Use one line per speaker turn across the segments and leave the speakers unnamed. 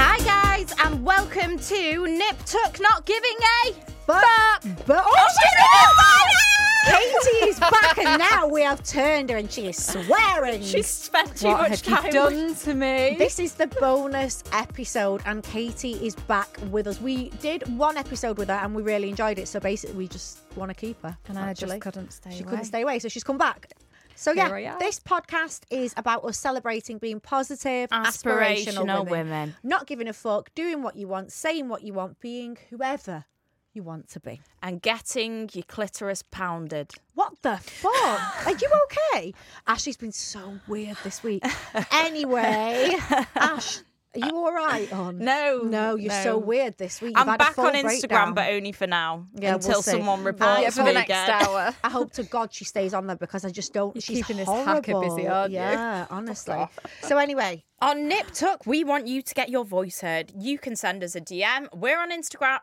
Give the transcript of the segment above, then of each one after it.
Hi guys, and welcome to Nip Tuck Not Giving A.
But, but, oh,
she's
Katie is back, and now we have turned her, and she is swearing.
She's spent too
What
much
have you
time.
done
to me?
This is the bonus episode, and Katie is back with us. We did one episode with her, and we really enjoyed it. So basically, we just want to keep her.
And I just
actually.
couldn't stay
She
away.
couldn't stay away, so she's come back. So
Here I
yeah,
am.
this podcast is about us celebrating being positive,
Aspirational
aspirational,
women.
women, not giving a fuck, doing what you want, saying what you want, being whoever you want to be.
and getting your clitoris pounded.
What the fuck? Are you okay? Ashley's been so weird this week. Anyway, Ash, are you all right? On
No,
no, you're
no.
so weird this week. You've
I'm
had a
back
full
on Instagram,
breakdown.
but only for now.
Yeah,
until
we'll see.
someone
Uh,
reports
yeah, for the
me
next
again. hour.
I hope to God she stays on there because I just don't. she's
keeping this
horrible.
hacker busy, aren't you?
yeah, honestly. So anyway,
On Nip Tuck, we want you to get your voice heard. You can send us a DM. We're on Instagram.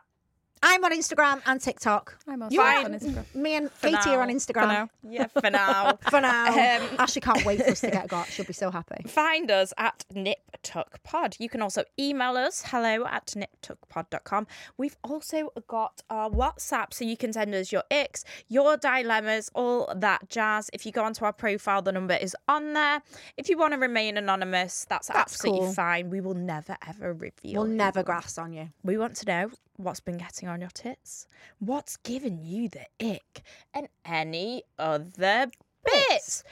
I'm on Instagram and TikTok.
I'm also
You are-
on Instagram.
Me and
for
Katie are
now.
on Instagram.
For now. Yeah, for now.
For now.
Um,
Ashley can't wait for us to get got. She'll be so happy.
Find us at Nip Tuck Pod. You can also email us hello at niptuckpod.com. We've also got our WhatsApp, so you can send us your icks, your dilemmas, all that jazz. If you go onto our profile, the number is on there. If you want to remain anonymous, that's, absolutely
cool.
fine. We will never ever reveal.
We'll
who
never
you are.
grass on you.
We want to know what's been getting on your tits, what's given you the ick, and any other bits.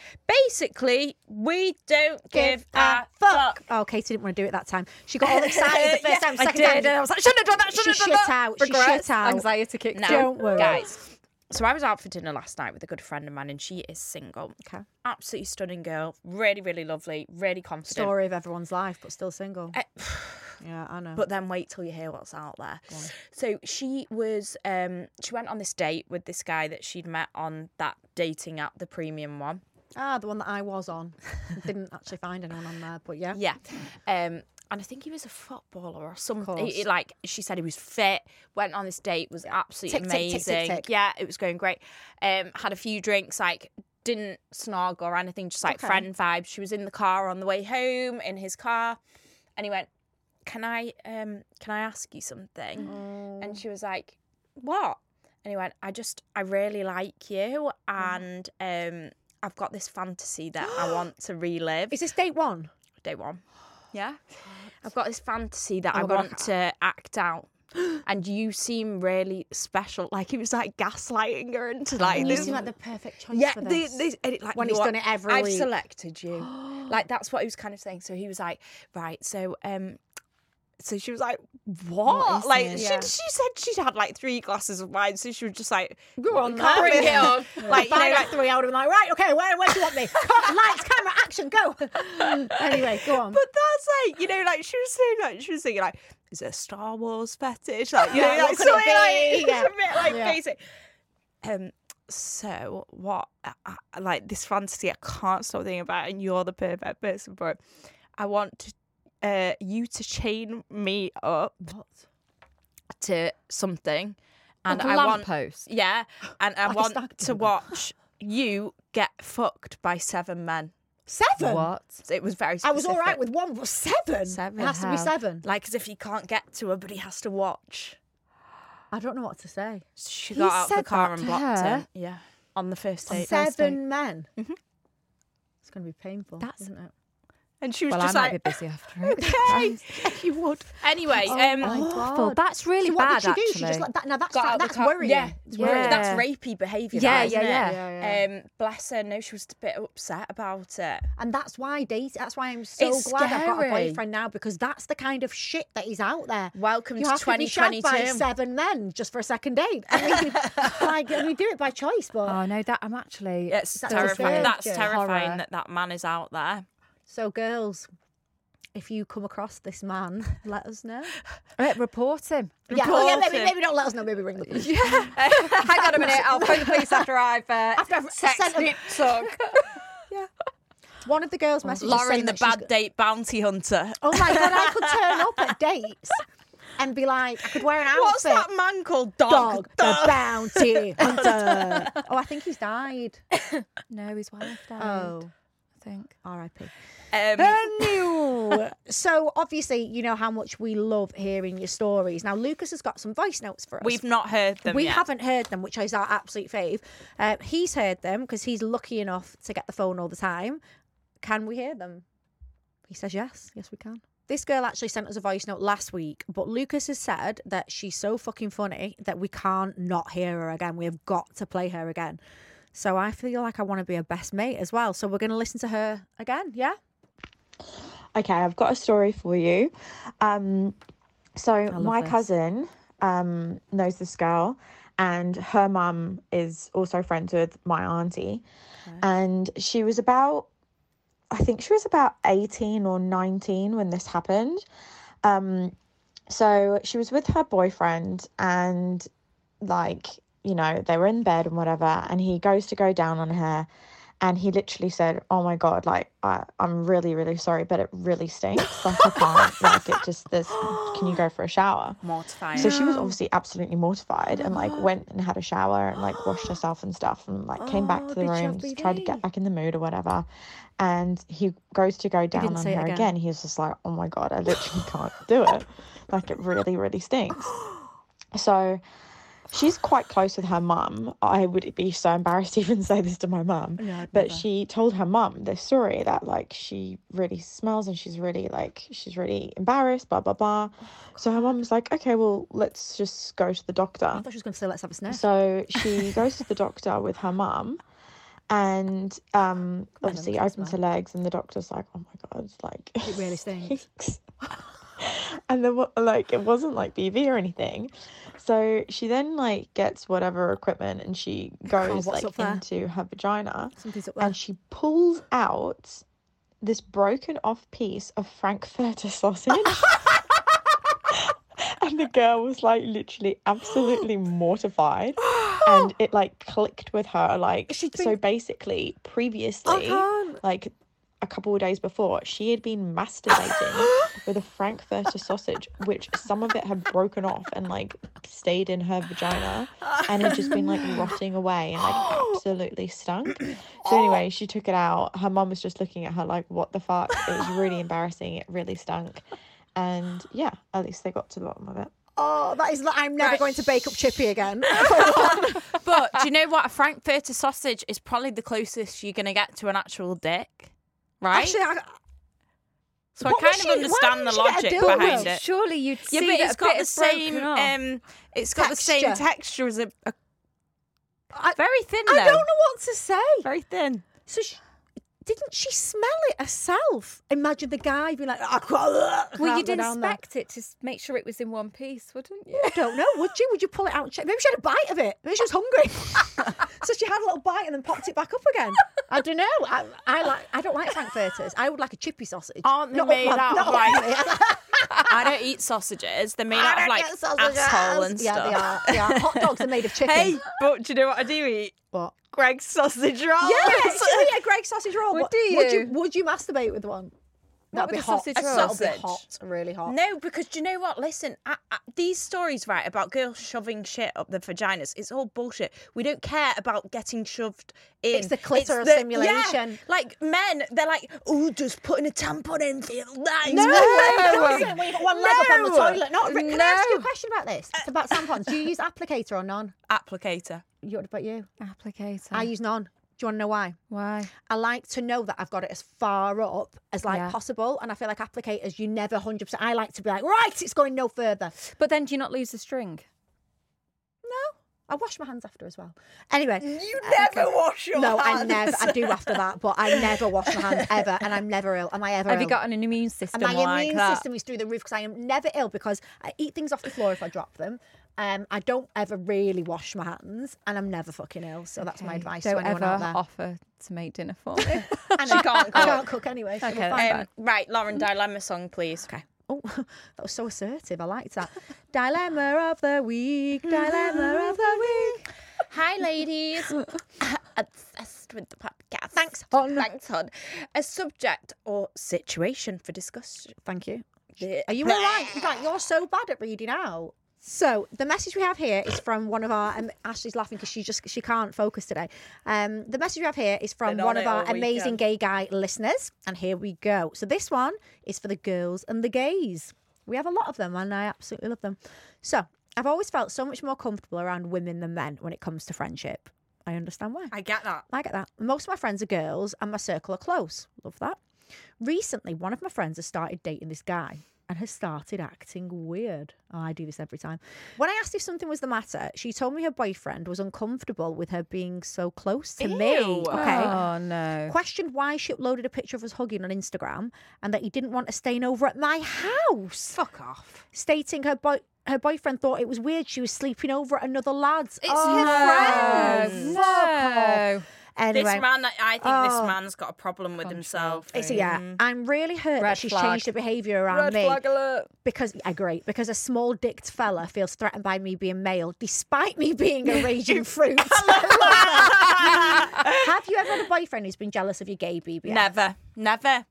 Basically, we don't give, a fuck.
Oh, Katie didn't want to do it that time. She got all excited the first time, second time.
and I was like, shouldn't have done that,
she
shouldn't have
shit
done that.
out. She shit
Regrets,
out.
Anxiety kicked
No,
in.
Don't worry.
guys. So I was out for dinner last night with a good friend of mine, and she is single. Okay. Absolutely stunning girl. Really, really lovely. Really confident.
Story of everyone's life, but still single.
Eh,
yeah, I know.
but then wait till you hear what's out there. So she was, um, she went on this date with this guy that she'd met on that dating app, the premium one.
ah, the one that I was on. Didn't actually find anyone on there, but yeah.
Yeah. Um, and I think he was a footballer or something.
course.
He- like she said, he was fit. Went on this date, was absolutely
Tick, tick, tick,
amazing.
tick, tick.
Yeah, it was going great. Um, had a few drinks, like didn't snog or anything, just like
Okay.
friend vibes. She was in the car on the way home in his car, and he went, "Can I, um, can I ask you something?"
Oh.
And she was like, "What?" And he went, "I just, I really like you, and
Mm-hmm.
um, I've got this fantasy that I want to relive."
Is this date one?
day one. Yeah. I've got this fantasy that I
Oh my God, I
want to act out. And you seem really special. Like he was like gaslighting her into like this.
like the perfect choice
yeah, this, this, and it, like
When
you
he's
know
done
what?
it every
I've
week.
selected you. like that's what he was kind of saying. So he was like, right. So um, so she was like, what?
is
like
this?
she,
Yeah.
she said she'd had like three glasses of wine. So she was just like,
Go on,
can't
then.
bring it on. like you know,
Five
like
three, I would have been like, right, okay, where, where do you want me? Cut, lights, camera, action, go. anyway, go on.
But that's like, you know, like she was saying, like she was thinking, like, is there a Star Wars fetish? Like, you know,
Yeah,
like
what could it
something like
be?
it's a bit like
Yeah.
basic. Um. So what? I, I- like this fantasy, I can't stop thinking about, it, and you're the perfect person for it. I want to, uh, you to chain me up to something, and
Like a
I want,
lamppost?
yeah, and I
Like a
want
stag
to
do.
watch you get fucked by seven men.
Seven.
What? It was very.
I was all right
specific.
with one, but seven.
Seven.
It has to be
how?
seven.
Like as if he can't get to her, but he has to watch.
I don't know what to say.
She
He
got out of the
said
car
that
and
to
blocked
her?
him. Yeah, on the first date.
Seven men. It's going to be painful.
That's-
isn't it?
and she was
Well, I
just
might
like,
be busy after Oh it.
Hey, you would.
anyway,
my
um,
Awful.
God.
That's really
so what
bad.
did she do?
actually.
She just like that. Now that's
got out of the
that's
car-
worrying.
Yeah, it's worrying.
Yeah.
that's rapey behaviousn't
Yeah,
it?
yeah, yeah.
Yeah,
Um, bless her. No, she was a bit upset about it.
And that's why date. That's why I'm so
It's
glad I've got a
scary.
boyfriend now because that's the kind of shit that is out there.
Welcome
you
to
have to be shagged by
2022.
seven men just for a second date. I mean, we, like, and we do it by choice, but
Uh,
Oh no, that I'm actually.
It's
That's
terrifying.
a
That's
surgeon.
terrifying
Horror.
that that man is out there.
so girls, if you come across this man, let us know.
Uh, report him.
yeah,
oh,
well, yeah,
Report
maybe
him.
maybe don't let us know. Maybe ring the police.
Hang on a minute. I'll phone the police after I've uh,
After I've sent them- One of the girls messaged us saying
Oh, Lauren, the
that she's
bad
go-
date bounty hunter.
Oh my god, I could turn up at dates and be like, I could wear an outfit.
What's that man called? Dog.
Dog, the
Dog.
bounty hunter. oh, I think he's died.
No, his wife died.
Oh.
I think.
R.I.P.
Um,
New. so obviously, you know how much we love hearing your stories. Now, Lucas has got some voice notes for us.
we've not heard them.
we
yet.
haven't heard them, which is our absolute fave. Uh, he's heard them because he's lucky enough to get the phone all the time. Can we hear them? He says yes. Yes, we can. This girl actually sent us a voice note last week, but Lucas has said that she's so fucking funny that we can't not hear her again. We have got to play her again. So I feel like I want to be a best mate as well. So we're going to listen to her again. Yeah.
Okay, I've got a story for you. Um, so my cousin um, knows this girl, and her mum is also friends with my auntie, and she was about, I think she was about eighteen or nineteen when this happened. Um, so she was with her boyfriend, and like you know they were in bed and whatever, and he goes to go down on her, and he literally said, "Oh my god, like I, I'm really, really sorry, but it really stinks. Like I can't. like it just this. Can you go for a shower?"
Mortifying.
So she was obviously absolutely mortified and
Uh-huh.
like went and had a shower and like washed herself and stuff and like came
Oh,
back to the room, just tried to get back in the mood or whatever. And he goes to go down
didn't
on
say it
her
again.
again. He's just like, oh my God, I literally can't do it. Like it really, really stinks. So she's quite close with her mum. I would be so embarrassed to even say this to my mum. but she told her mum this story that like she really smells and she's really like she's really embarrassed, blah blah blah.
Oh,
so her mum was like, Okay, well let's just go to the doctor.
I thought she was going to say, let's have a sniff.
So she goes to the doctor with her mum and um obviously opens her legs and the doctor's like, Oh my god, like
It really stinks.
stinks. and then what- like it wasn't like BV or anything. So she then like gets whatever equipment and she goes
what's up
like
there?
into her vagina
Something's up there.
and she pulls out this broken off piece of frankfurter sausage. and the girl was like literally absolutely mortified and it like clicked with her like so basically previously like a couple of days before she had been masturbating with a frankfurter sausage which some of it had broken off and like stayed in her vagina and had just been like rotting away and like absolutely stunk so anyway she took it out her mum was just looking at her like what the fuck it was really embarrassing it really stunk and yeah at least they got to the bottom of it
Oh, that is. I'm never going to bake up Chippy again.
But do you know what? A Frankfurter sausage is probably the closest you're going to get to an actual dick, right?
Actually, I,
so I
what was
kind of
she- why
understand the
didn't she get a
logic
dildo?
behind it.
Surely you'd see
Yeah, but
that
it's
a
got
bit
the
is broken
same.
off.
Um, it's got the same
Texture.
texture as a, a
I,
very thin.
I
though.
don't know what to say.
Very thin.
So, she, didn't she smell it herself? Imagine the guy being like, I can't, I
well,
can't
you'd
go down there."
inspect it to s- make sure it was in one piece, wouldn't you?
I don't know. Would you? Would you pull it out? And check? Maybe she had a bite of it. Maybe she was hungry, so she had a little bite and then popped it back up again. I don't know. I, I like. I don't like frankfurters. I would like a chippy sausage.
Aren't they
Not up
made
my-
out
not
of
up my-
like? I don't eat sausages. They're made out
I
of
don't
like
get sausages.
asshole and
yeah,
stuff.
they are. Yeah, hot dogs are made of chicken.
Hey, but do you know what I do eat?
What?
Greg's sausage rolls.
Oh, Yeah, it's really a Greg sausage roll.
Well,
but
do
Would you
you?
would you masturbate with one? That'd be
with the
hot.
sausage
That'd
rolls?
be
Sausage.
hot. Really hot.
No, because do you know what? Listen, I, I, these stories, right, about girls shoving shit up their vaginas, it's all bullshit. We don't care about getting shoved in.
It's the clitoral
yeah,
stimulation.
like men, they're like, oh, just putting a tampon in feels nice.
No, it doesn't.
No.
We've got one leg up on the
No.
toilet. Not Rick.
Can I ask you a question about this? It's about tampons. Do you use applicator or none?
Applicator.
You- What about you?
Applicator. I use none. Do you want to know why?
Why?
I like to know that I've got it as far up as like
Yeah.
possible, and I feel like applicators you never hundred percent. I like to be like, right, it's going no further.
But then do you not lose the string?
No, I wash my hands after as well. Anyway, uh,
You never wash your
no, I
hands.
never. I do after that, but I never wash my hands ever, and I'm never ill. Am I ever?
Have you
ill?
got an immune system
And my
like
immune
that?
system is through the roof because I am never ill because I eat things off the floor if I drop them. Um, I don't ever really wash my hands, and I'm never fucking ill. So that's my
Okay,
advice to
Don't
anyone
ever
out there.
offer to make dinner for me.
And
She can't
I
cook.
can't cook anyway. so we're
Okay,
fine.
that's
Um, right, Lauren, dilemma song, please. Okay.
Oh, that was so assertive. I liked that. dilemma of the week. Dilemma of the week.
Hi, ladies. Obsessed with the podcast. Thanks,
hon.
Thanks, hon. A subject or situation for discussion.
Thank you.
Yeah.
Are you all right? In fact, you're so bad at reading out. So the message we have here is from one of our. Um, Ashley's laughing because she just she can't focus today. Um, the message we have here is from
Been on
one of
it
our
all
amazing
weekend.
gay guy listeners, and here we go. So this one is for the girls and the gays. We have a lot of them, and I absolutely love them. So I've always felt so much more comfortable around women than men when it comes to friendship. I understand why.
I get that.
I get that. Most of my friends are girls and my circle are close. Love that. Recently, one of my friends has started dating this guy and has started acting weird. Oh, I do this every time. When I asked if something was the matter, she told me her boyfriend was uncomfortable with her being so close to me.
Ew.
Okay.
Oh no.
Questioned why she uploaded a picture of us hugging on Instagram and that he didn't want us staying over at my house.
Fuck off.
Stating her boy her boyfriend thought it was weird she was sleeping over at another lad's. Oh, It's
no.
her friend.
No.
Anyway.
This man, that I think
Oh.
this man's got a problem with himself.
It's yeah.
Mm.
I'm really hurt that
Red
she's
flag.
changed her behaviour around me
alert.
because I agree because a small dicked fella feels threatened by me being male despite me being a raging fruit. Have you ever had a boyfriend who's been jealous of your gay BBF?
Never, never.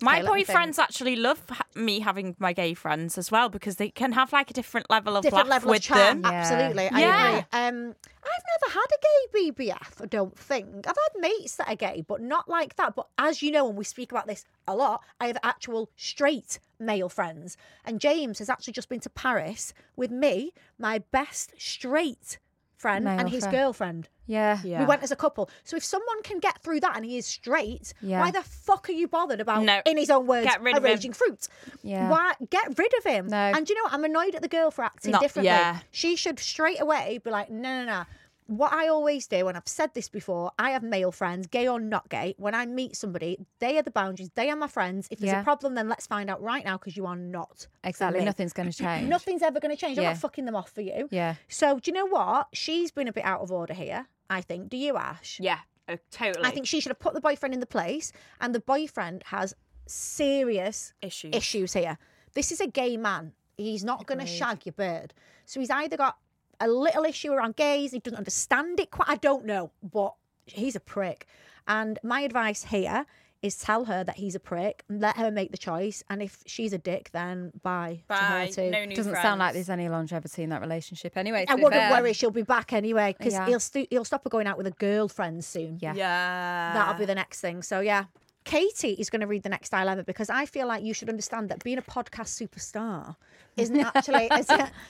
My
Okay, let me
boyfriends actually love ha- me having my gay friends as well because they can have like a different level of
Different
laugh
level
with
of charm.
them.
Yeah.
Absolutely, I
Yeah.
agree. Um, I've never had a gay BBF. I don't think I've had mates that are gay, but not like that. But as you know, and we speak about this a lot, I have actual straight male friends, and James has actually just been to Paris with me, my best straight friend,
Male
and his
friend.
girlfriend.
Yeah.
We went as a couple. So if someone can get through that and he is straight,
Yeah.
why the fuck are you bothered about,
No.
in his own words,
Get rid
a
of him.
raging fruit?
Yeah.
Why get rid of him?
No.
And do you know what? I'm annoyed at the girl for acting
Not-
differently.
yeah.
She should straight away be like, no, no, no. What I always do, and I've said this before, I have male friends, gay or not gay. When I meet somebody, they are the boundaries. They are my friends. If there's
Yeah.
a problem, then let's find out right now because you are not. for
Exactly.
me.
Nothing's going to change.
Nothing's ever going to change. I'm
Yeah.
not fucking them off for you.
Yeah.
So do you know what? She's been a bit out of order here. I think. Do you, Ash?
Yeah, oh, totally.
I think she should have put the boyfriend in the place, and the boyfriend has serious
issues.
issues here. This is a gay man. He's not going to shag your bird. So he's either got a little issue around gays, he doesn't understand it quite. I don't know, but he's a prick. And my advice here is tell her that he's a prick, and let her make the choice. And if she's a dick, then bye. to her
Bye.
too.
No new
Doesn't
friends.
sound like there's any longevity in that relationship. Anyway, to
I
be
wouldn't
fair.
worry. She'll be back anyway because
Yeah.
he'll stu- he'll stop her going out with a girlfriend soon.
Yeah.
Yeah.
That'll be the next thing. So yeah. Katie is going to read the next dilemma because I feel like you should understand that being a podcast superstar isn't actually as,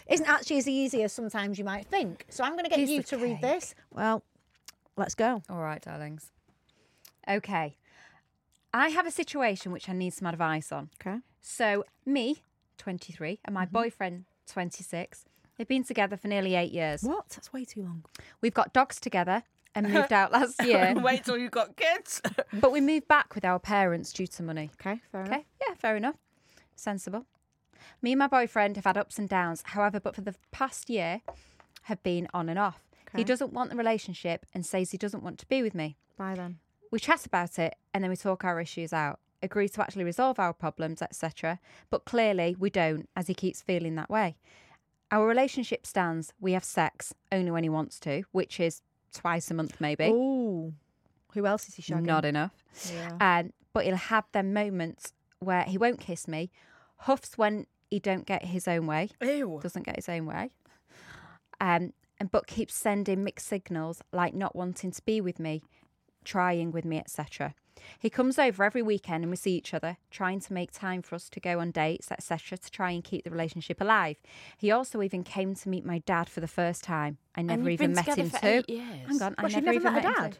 isn't actually as easy as sometimes you might think. So I'm going to get
Piece
you
of
to read
cake. Oh,
this. Well, let's go.
All right, darlings. Okay. I have a situation which I need some advice on.
Okay.
So, me, 23, and
Mm-hmm.
my boyfriend, 26, they've been together for nearly eight years.
What? That's way too long.
We've got dogs together and moved out last year,
Wait till you've got kids.
but we moved back with our parents due to money.
Okay, fair enough.
Okay, yeah, fair enough. Sensible. Me and my boyfriend have had ups and downs, however, but for the past year have been on and off. He doesn't want the relationship and says he doesn't want to be with me.
Bye then.
We chat about it and then we talk our issues out, agree to actually resolve our problems, etc. But clearly we don't, as he keeps feeling that way. Our relationship stands, we have sex only when he wants to, which is twice a month maybe.
Ooh. Who else is he shagging?
Not enough.
Yeah.
Um, but he'll have them moments where he won't kiss me, huffs when he don't get his own way,
Ew.
doesn't get his own way, um, and but keeps sending mixed signals like not wanting to be with me, trying with me, etc. He comes over every weekend and we see each other, trying to make time for us to go on dates, etc., to try and keep the relationship alive. He also even came to meet my dad for the first time. I never
you've
even
been
met
together
him
for
too.
eight years.
Hang on, I
What,
never,
you've never
even
met her
met him.
dad?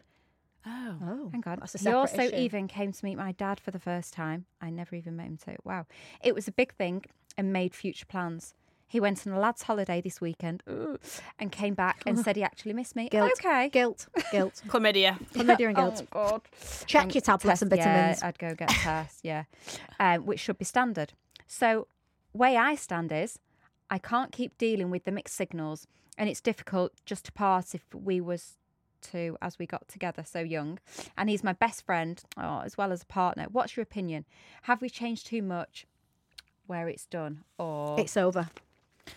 Oh.
Oh,
Hang on.
That's a
he
separate
also
issue.
even came to meet my dad for the first time. I never even met him. So, wow. It was a big thing and made future plans. He went on a lad's holiday this weekend ooh, and came back and said he actually missed me.
guilt.
Okay.
Guilt. Guilt.
Chlamydia.
Chlamydia and guilt.
Oh, God.
Check your tablets and vitamins.
Yeah, I'd go get tests, yeah, um, which should be standard. So, way I stand is, I can't keep dealing with the mixed signals, and it's difficult just to part if we was to as we got together so young, and he's my best friend oh, as well as a partner. What's your opinion? Have we changed too much? Where it's done, or
It's over.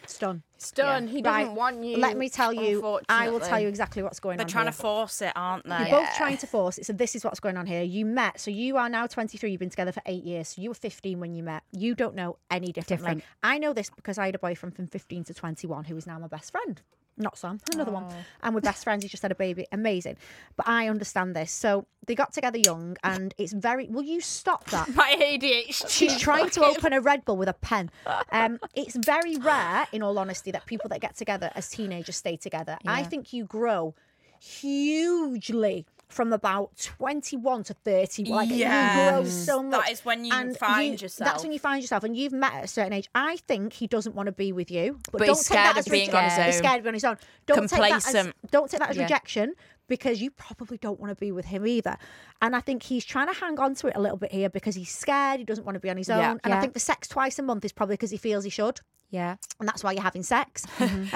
It's done.
It's done. He doesn't want you.
Let me tell you. I will tell
unfortunately.
you exactly what's going
They're
on.
trying
here.
to force it, aren't they?
You're both trying to force it. So this is what's going on here. You met. So you are now 23. You've been together for eight years. So you were 15 when you met. You don't know any differently.
Different.
I know this because I had a boyfriend from 15 to 21 who is now my best friend. Not Sam, another one.
Oh.
And we're best friends. He just had a baby. Amazing. But I understand this. So they got together young, and it's very. Will you stop that?
My ADHD.
She's trying to open a Red Bull with a pen. Um, it's very rare, in all honesty, that people that get together as teenagers stay together. I think you grow hugely from about 21 to 30. Like, you grow
Yes.
so much.
That is when you find
That's
yourself.
when you find yourself, and you've met at a certain age. I think he doesn't want to be with you, but,
But
don't
he's
take that
scared
as
of being
rejection.
on his
He's
own.
scared of being on his own. Don't Take that as,
Complacent.
don't take that as
Yeah.
rejection because you probably don't want to be with him either. And I think he's trying to hang on to it a little bit here because he's scared. He doesn't want to be on his own.
Yeah.
And I
Yeah.
think the sex twice a month is probably because he feels he should.
yeah, Mm-hmm.
And that's why you're having sex. Um,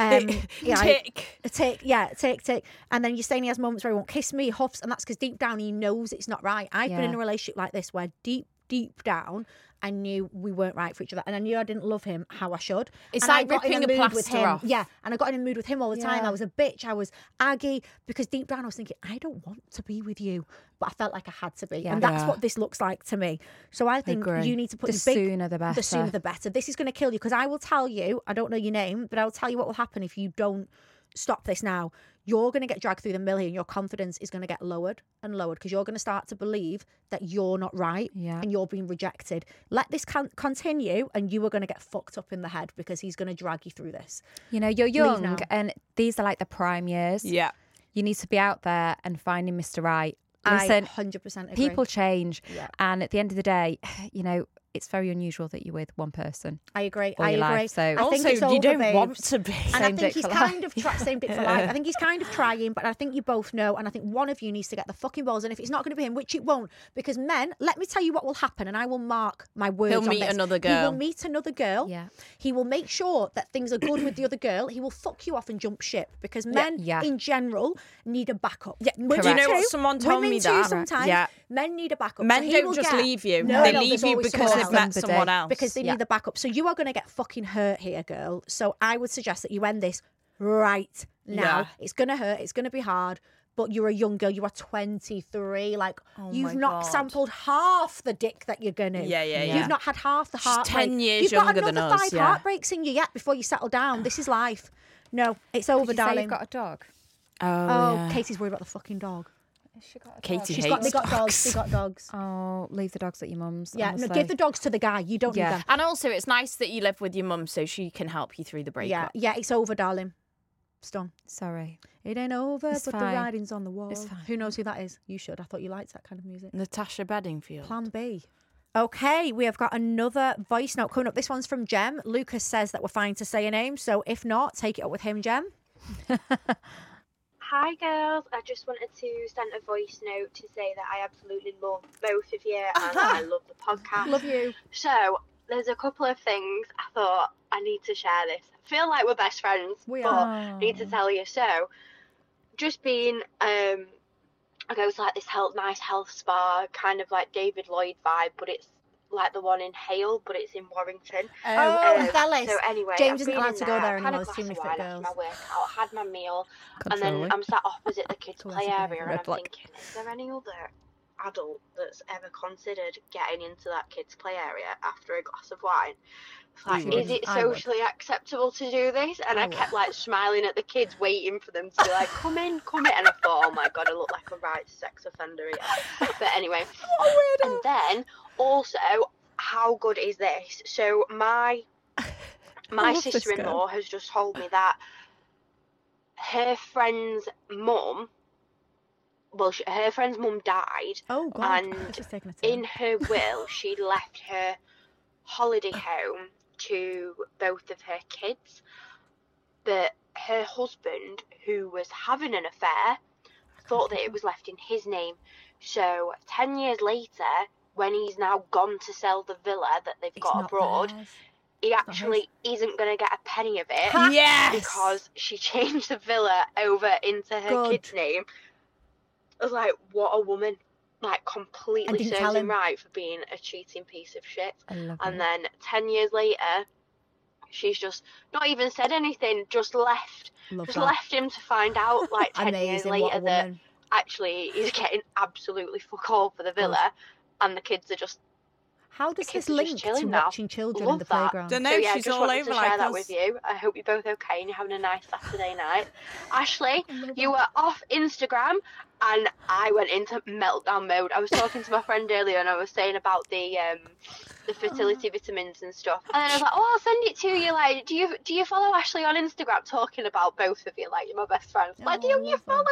yeah, I-
Tick.
Tick, yeah, tick, tick. And then you're saying he has moments where he won't kiss me, he huffs, and that's because deep down he knows it's not right. I've been
Yeah.
in a relationship like this where deep, deep down, I knew we weren't right for each other, and I knew I didn't love him how I should.
It's
And I
like
got in
ripping a
mood with
plaster
him.
off.
Yeah, and I got in a mood with him all the time.
Yeah.
I was a bitch. I was aggy because deep down I was thinking I don't want to be with you, but I felt like I had to be,
Yeah.
and that's
Yeah.
what this looks like to me. So I think
agree.
you need to put
The
your big,
sooner the
The sooner
better.
the better. This is going to kill you because I will tell you. I don't know your name, but I'll tell you what will happen if you don't stop this now. You're going to get dragged through the mill here, and your confidence is going to get lowered and lowered because you're going to start to believe that you're not right
Yeah.
and you're being rejected. Let this con- continue, and you are going to get fucked up in the head because he's going to drag you through this.
you know, you're
now.
young, and these are like the prime years.
Yeah.
you need to be out there and finding Mr. Right.
I
Listen,
100% agree.
people change
Yeah.
and at the end of the day you know it's very unusual that you're with one person
I agree.
all
I
your
agree.
life, so-
I
Also,
think it's all
you
the
don't want
babes.
to be.
And I
Same
think
dick
he's
for
kind
life.
of tra- same dick for life. I think he's kind of trying, but I think you both know, and I think one of you needs to get the fucking balls. And if it's not going to be him, which it won't, because men, let me tell you what will happen, and I will mark my words.
He'll
on
meet
this.
another
He will
girl.
meet another girl.
Yeah.
He will make sure that things are good with the other girl. He will fuck you off and jump ship because men
Yeah.
in general need a backup. Yeah,
do you know what someone told
Women
me
too
that?
sometimes.
Yeah.
Men need a backup.
Men
So he will
don't just
get-
leave you.
No,
they
no,
leave
there's
you
always
because
someone
they've
else.
met
Somebody.
someone else.
Because they
Yeah.
need the backup. So you are going to get fucking hurt here, girl. So I would suggest that you end this right now.
Yeah.
It's going to hurt. It's going to be hard. But you're a young girl. You are 23. Like, you've not
Oh God.
sampled half the dick that you're going to.
Yeah, yeah, yeah.
You've not had half the heartbreak.
10 years
You've
younger
got
than
another
us,
five
yeah.
heartbreaks in you yet before you settle down. This is life. No, it's over,
Did you say
darling.
you've got a dog
Oh,
oh,
yeah.
Katie's worried about the fucking dog.
Katie
She's
hates
got, they got dogs.
dogs.
They got dogs.
oh leave the dogs at your mum's
Yeah, no,
honestly.
give the dogs to the guy. You don't
Yeah.
need them.
And also, it's nice that you live with your mum so she can help you through the
Yeah,
breakup.
yeah, it's over, darling. It's done.
sorry
It ain't over,
It's
but
fine.
the writing's on the wall.
It's fine.
Who knows who that is? You should. I thought you liked that kind of music.
Natasha Bedingfield.
Plan B. Okay, we have got another voice note coming up. This one's from Jem. Lucas says that we're fine to say a name, so if not, take it up with him, Jem.
Hi girls, I just wanted to send a voice note to say that I absolutely love both of you and I love the podcast.
Love you.
So there's a couple of things I thought I need to share this. I feel like we're best friends,
We
but
are.
I need to tell you. So just being um I go to like this health nice health spa, kind of like David Lloyd vibe, but it's like the one in Hale, but it's in Warrington.
Oh,
Um,
fellas.
So anyway,
James
I've
isn't
been
allowed
in
to go there
I've had a
anymore, there's too
glass
many
of
fit
wine after
girls.
My workout, had my meal, and
Controlling.
then I'm sat opposite the kids'
Glass
play
of wine,
area,
red
and I'm
flag.
thinking, is there any other
adult that's ever considered getting into that kids' play area after a glass of wine. It's
I
Like,
would.
is it
I would.
socially acceptable to do this? And I, kept like smiling at the kids, waiting for them to be like, "Come in, come in." And I thought, "Oh my god, I look like a right sex offender here." But anyway, and then also, how good is this? So my my
love this girl.
sister-in-law has just told me that her friend's mum, well, she, her friend's mum died,
Oh god.
and
Just taking a
in her will, she left her holiday home to both of her kids. But her husband, who was having an affair, thought that it was left in his name. So, 10 years later, when he's now gone to sell the villa that they've got abroad, he actually isn't going to get a penny of it
Yes!
because she changed the villa over into her
Good.
kid's name. I was like, what a woman. Like, completely
didn't
serves
tell
him
him.
right for being a cheating piece of shit.
I love it.
And then 10 years later, she's just not even said anything, just left.
Love
just
that.
left him to find out, like 10 years
Amazing. What a
later, that
woman.
actually he's getting absolutely fuck all for the villa. And the kids are just
How does
kids
this
are just
link to
chilling now.
watching children in
Love
the
that.
playground?
Dunno,
Um, so yeah,
she's
just
all
wanted
over
to share
like
that
us.
with you. I hope you're both okay and you're having a nice Saturday night. Ashley, you were off Instagram and I went into meltdown mode. I was talking to my friend earlier and I was saying about the um, the fertility vitamins and stuff. Oh. And then I was like, Oh, I'll send it to you. Like, do you do you follow Ashley on Instagram? Talking about both of you, like you're my best friends. Like, do you follow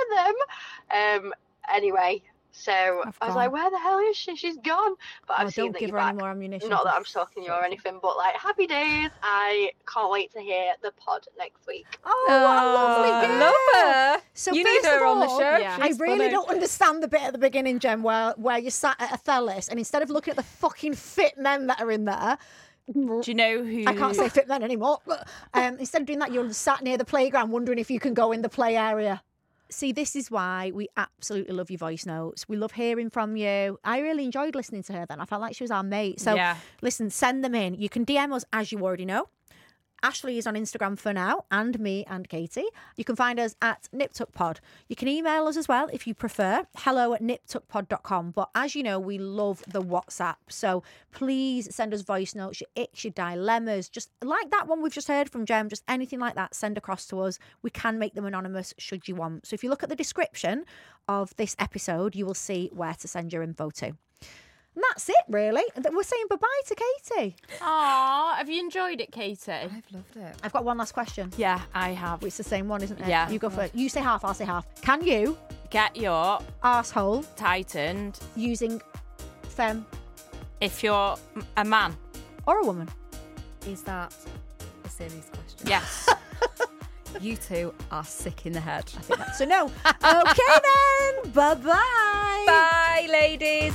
them? Um. Anyway, so I was like, Where the hell is she? She's gone. But
Oh,
I've seen
don't
that
give
you're
her
back.
any more ammunition.
Not
for
that I'm stalking you or
fuck's sake.
anything, but like, happy days. I can't wait to hear the pod next week.
Oh, what a lovely girl.
Ah, Love her.
So
you
first
need her
of
on the
all,
show.
yeah.
I
She's
really
funny.
don't understand the bit at the beginning, Jen, where where you sat at Othellis and instead of looking at the fucking fit men that are in there,
Do you know who?
I can't say fit men anymore. but, Um, instead of doing that, you're sat near the playground wondering if you can go in the play area. See, this is why we absolutely love your voice notes. We love hearing from you. I really enjoyed listening to her then. I felt like she was our mate. So
Yeah.
listen, send them in. You can DM us as you already know. Ashley is on Instagram for now, and me and Katie. You can find us at NipTuckPod. You can email us as well if you prefer, hello at niptuckpod.com. But as you know, we love the WhatsApp. So please send us voice notes, your icks, your dilemmas, just like that one we've just heard from Jem, just anything like that, send across to us. We can make them anonymous should you want. So if you look at the description of this episode, you will see where to send your info to. And that's it, really. We're saying bye bye to Katie.
Aw, have you enjoyed it, Katie?
I've loved it.
I've got one last question.
Yeah, I have.
It's the same one, isn't it?
Yeah.
You go first. You say half, I'll say half. Can you,
Get your
asshole,
tightened
using femme
if you're m- a man.
or a woman?
Is that a serious question?
Yes.
You two are sick in the head.
So no. Okay then. Bye bye.
Bye, ladies.